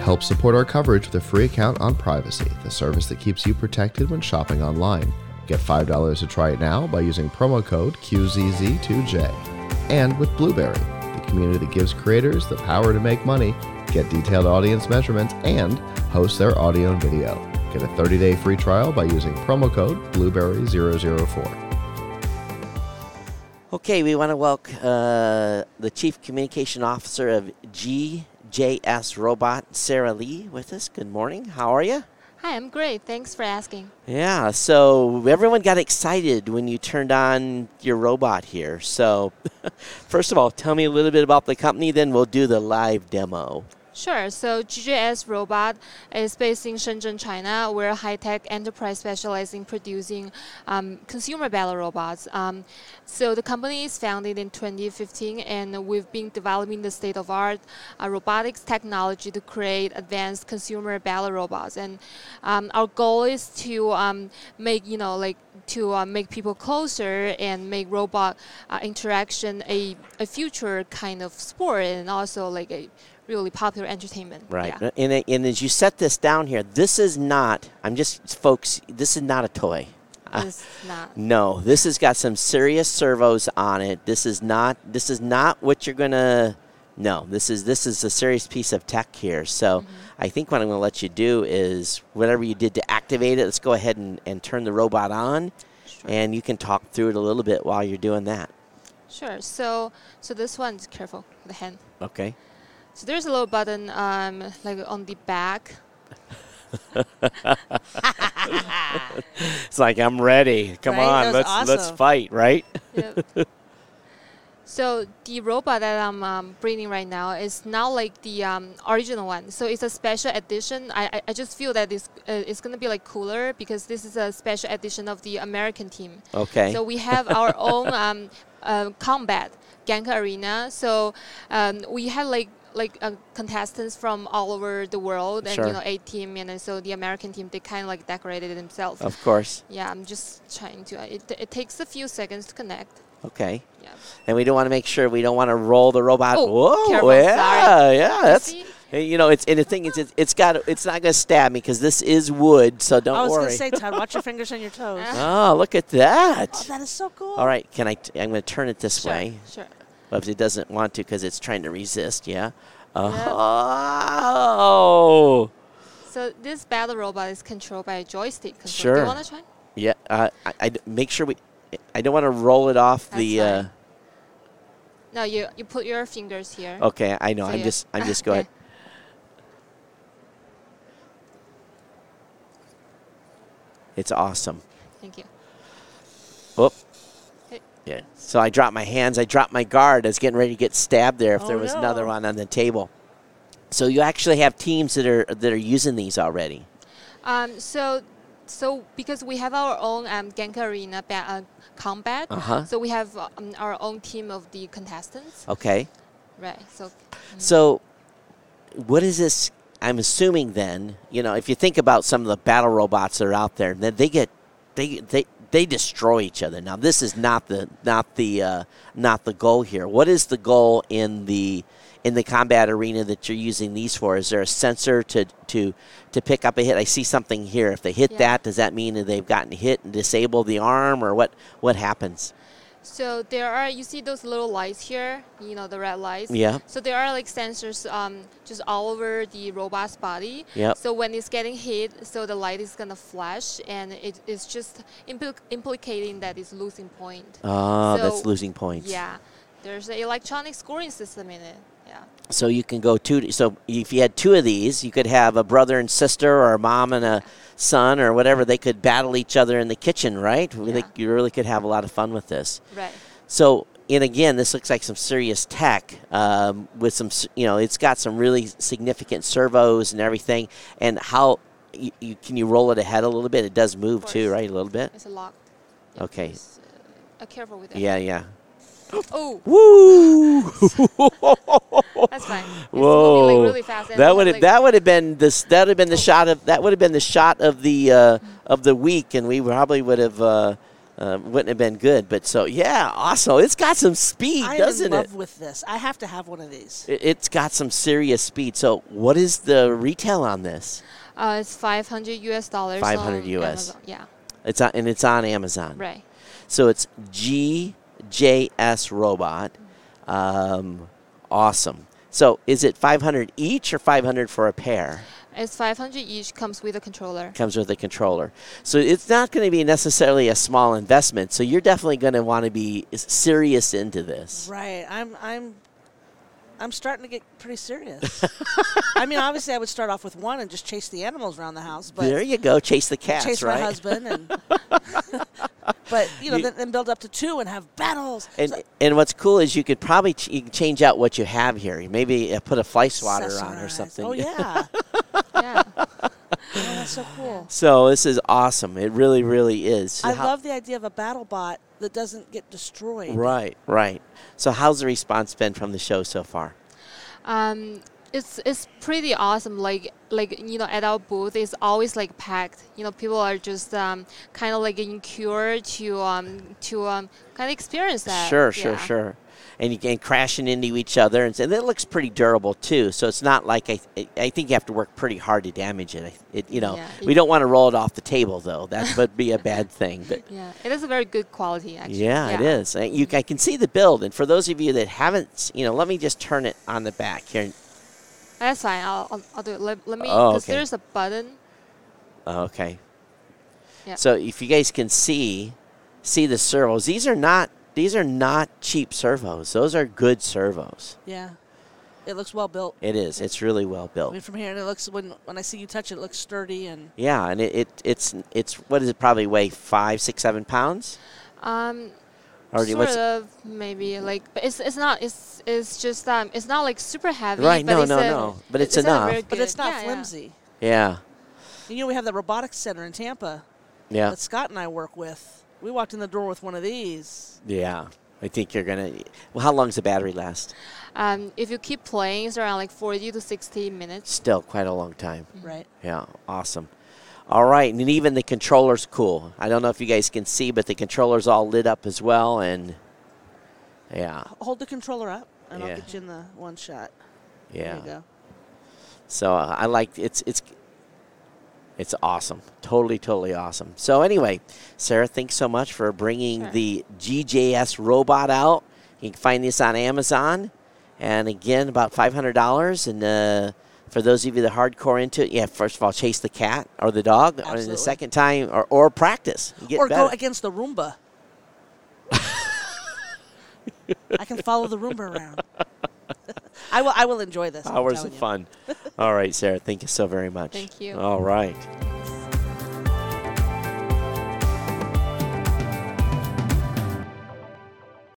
Help support our coverage with a free account on Privacy, the service that keeps you protected when shopping online. Get $5 to try it now by using promo code QZZ2J. And with Blueberry, the community that gives creators the power to make money, get detailed audience measurements, and host their audio and video. Get a 30 day free trial by using promo code Blueberry004. Okay, we want to welcome uh, the Chief Communication Officer of GJS Robot, Sarah Lee, with us. Good morning. How are you? Hi, I'm great. Thanks for asking. Yeah, so everyone got excited when you turned on your robot here. So, first of all, tell me a little bit about the company, then we'll do the live demo. Sure. So GJS Robot is based in Shenzhen, China. We're a high-tech enterprise specialized in producing um, consumer battle robots. Um, so the company is founded in 2015, and we've been developing the state-of-art uh, robotics technology to create advanced consumer battle robots. And um, our goal is to um, make you know like to uh, make people closer and make robot uh, interaction a, a future kind of sport and also like a really popular entertainment. Right. Yeah. And, a- and as you set this down here, this is not, I'm just, folks, this is not a toy. Uh, It's not. no, this has got some serious servos on it. This is not, this is not what you're going to, no, this is, this is a serious piece of tech here. So Mm-hmm. I think what I'm going to let you do is whatever you did to activate it, let's go ahead and, and turn the robot on. Sure. And you can talk through it a little bit while you're doing that. Sure. So so this one's careful the hand. Okay. So there's a little button um, like on the back. It's like I'm ready. Come Right? on, That was let's let's awesome. fight, right? Yep. so the robot that I'm um, breeding right now is not like the um, original one. So it's a special edition. I, I, I just feel that it's uh, it's gonna be like cooler because this is a special edition of the American team. Okay. So we have our own um, uh, combat Genka Arena. So um, we had like like uh, contestants from all over the world, and Sure. you know, a team, and then so the American team they kind of like decorated themselves. of course. Yeah, I'm just trying to. uh, It, it takes a few seconds to connect. Okay. Yeah. And we don't want to make sure we don't want to roll the robot. Oh, Whoa! careful, yeah, sorry. yeah. That's see? hey, you know, it's and the thing is, it's, it's got it's not going to stab me because this is wood, so don't I was worry. gonna say, Todd, watch your fingers and your toes. Ah. oh, look at that! Oh, that is so cool. All right, can I? T- I'm going to turn it this Sure. way, Sure. but if it doesn't want to because it's trying to resist. Yeah. Yeah. Oh. So this battle robot is controlled by a joystick control. Do Sure. you want to try? Yeah. Uh, I, I d- make sure we. I don't want to roll it off That's the. fine. Uh, No, you you put your fingers here. Okay, I know. So I'm yeah. just I'm just going. Okay. It's awesome. Thank you. Whoop. Okay. Yeah. So I dropped my hands. I dropped my guard. I was getting ready to get stabbed there if there Oh, was no. another one on the table. So you actually have teams that are that are using these already. Um, so, so because we have our own um, Genka Arena ba- uh, combat, Uh-huh. so we have um, our own team of the contestants, Okay. right? So, So, what is this? I'm assuming then, you know, if you think about some of the battle robots that are out there, then they get they they they destroy each other. Now, this is not the not the uh, not the goal here. What is the goal in the in the combat arena that you're using these for? Is there a sensor to to to pick up a hit? I see something here. If they hit Yeah. that, does that mean that they've gotten hit and disabled the arm, or what what happens? so there are you see those little lights here, you know the red lights. Yeah. So there are like sensors um, just all over the robot's body. Yep. So when it's getting hit, so the light is gonna flash, and it is just impl- implicating that it's losing point. Oh, that's So- losing points. Yeah. There's an electronic scoring system in it. Yeah. So you can go two. So if you had two of these, you could have a brother and sister, or a mom and a son, or whatever. They could battle each other in the kitchen, right? We think You really could have a lot of fun with this. Right. So, and again, this looks like some serious tech um, with some, s- you know, it's got some really significant servos and everything. And how you, you, can you roll it ahead a little bit? It does move too, course. right? A little bit. It's locked. Yeah, Okay. just, uh, uh, careful with that. Yeah, yeah. Oh, Woo! that's fine. It's moving Whoa! like really fast. and that it's would like- that would have been this that would have been the shot of that would have been the shot of the uh, of the week, and we probably would have uh, uh, wouldn't have been good. But so yeah, also it's got some speed, I am in doesn't it? love with this. I have to have one of these. It- It's got some serious speed. So what is the retail on this? Uh, it's 500 US dollars. 500 on US. Amazon. Yeah, It's on, and it's on Amazon. right. So it's GJS Robot. Um, awesome. So is it 500 each or 500 for a pair? It's 500 each, comes with a controller. Comes with a controller. So it's not going to be necessarily a small investment. So you're definitely going to want to be s- serious into this. Right. I'm I'm I'm starting to get pretty serious. I mean, obviously, I would start off with one and just chase the animals around the house, but there you go. Chase the cats, chase right? my husband and. but you know, You- then, then build up to two and have battles. And, So- and what's cool is you could probably ch- you can change out what you have here. Maybe uh, put a fly swatter on or Accessorize. something. Oh yeah. oh, Yeah. that's so cool. So this is awesome. It really, really is. So I how- love the idea of a battle bot that doesn't get destroyed. Right, right. So how's the response been from the show so far? um, it's it's pretty awesome. Like like you know, at our booth, it's always like packed. You know, people are just um, kind of like in cure to um, to um, kind of experience that. Sure, sure, Yeah. sure. And you and crashing into each other, and, and it looks pretty durable too. So it's not like I, I- I think you have to work pretty hard to damage it. I- it you know, Yeah. we don't want to roll it off the table though. That would be a bad thing. But Yeah, it is a very good quality actually. Yeah, it is. And you, I can see the build. And for those of you that haven't, s- you know, let me just turn it on the back here. That's fine. I'll, I'll, I'll do it. Let, let me. Oh, Because okay. there's a button. Oh, okay. Yeah. So if you guys can see, see the servos. These are not. These are not cheap servos. Those are good servos. Yeah. It looks well built. It is. It's really well I mean, built. from here, and it looks when when I see you touch it, it looks sturdy and Yeah, and it, it it's it's what does it probably weigh five six seven pounds? Um, Or do- sort what's- of maybe like, but it's it's not it's it's just um it's not like super heavy. Right, But no, it's no, a- no, but it's a enough. very but good- it's not yeah, yeah. flimsy. yeah, You know, we have the robotics center in Tampa yeah, that Scott and I work with. We walked in the door with one of these. yeah. I think you're gonna. Well, how long's the battery last? Um, if you keep playing, it's around like 40 to 60 minutes. Still quite a long time. Mm-hmm. Right. Yeah, awesome. All right, and even the controller's cool. I don't know if you guys can see, but the controller's all lit up as well, and yeah, Hold the controller up, and Yeah. I'll get you in the one shot. There you yeah. go. So uh, I like it's it's it's awesome, totally totally awesome. So anyway, Sarah, thanks so much for bringing Sure. the GJS robot out. You can find this on Amazon, and again about five hundred dollars. And uh, for those of you that are hardcore into it, yeah, first of all, chase the cat or the dog, or the Absolutely. second time, or, or practice. You get or better. go against the Roomba. I can follow the Roomba around. I will. I will enjoy this. I'm hours telling of you. fun. All right, Sarah, thank you so very much. Thank you. All right.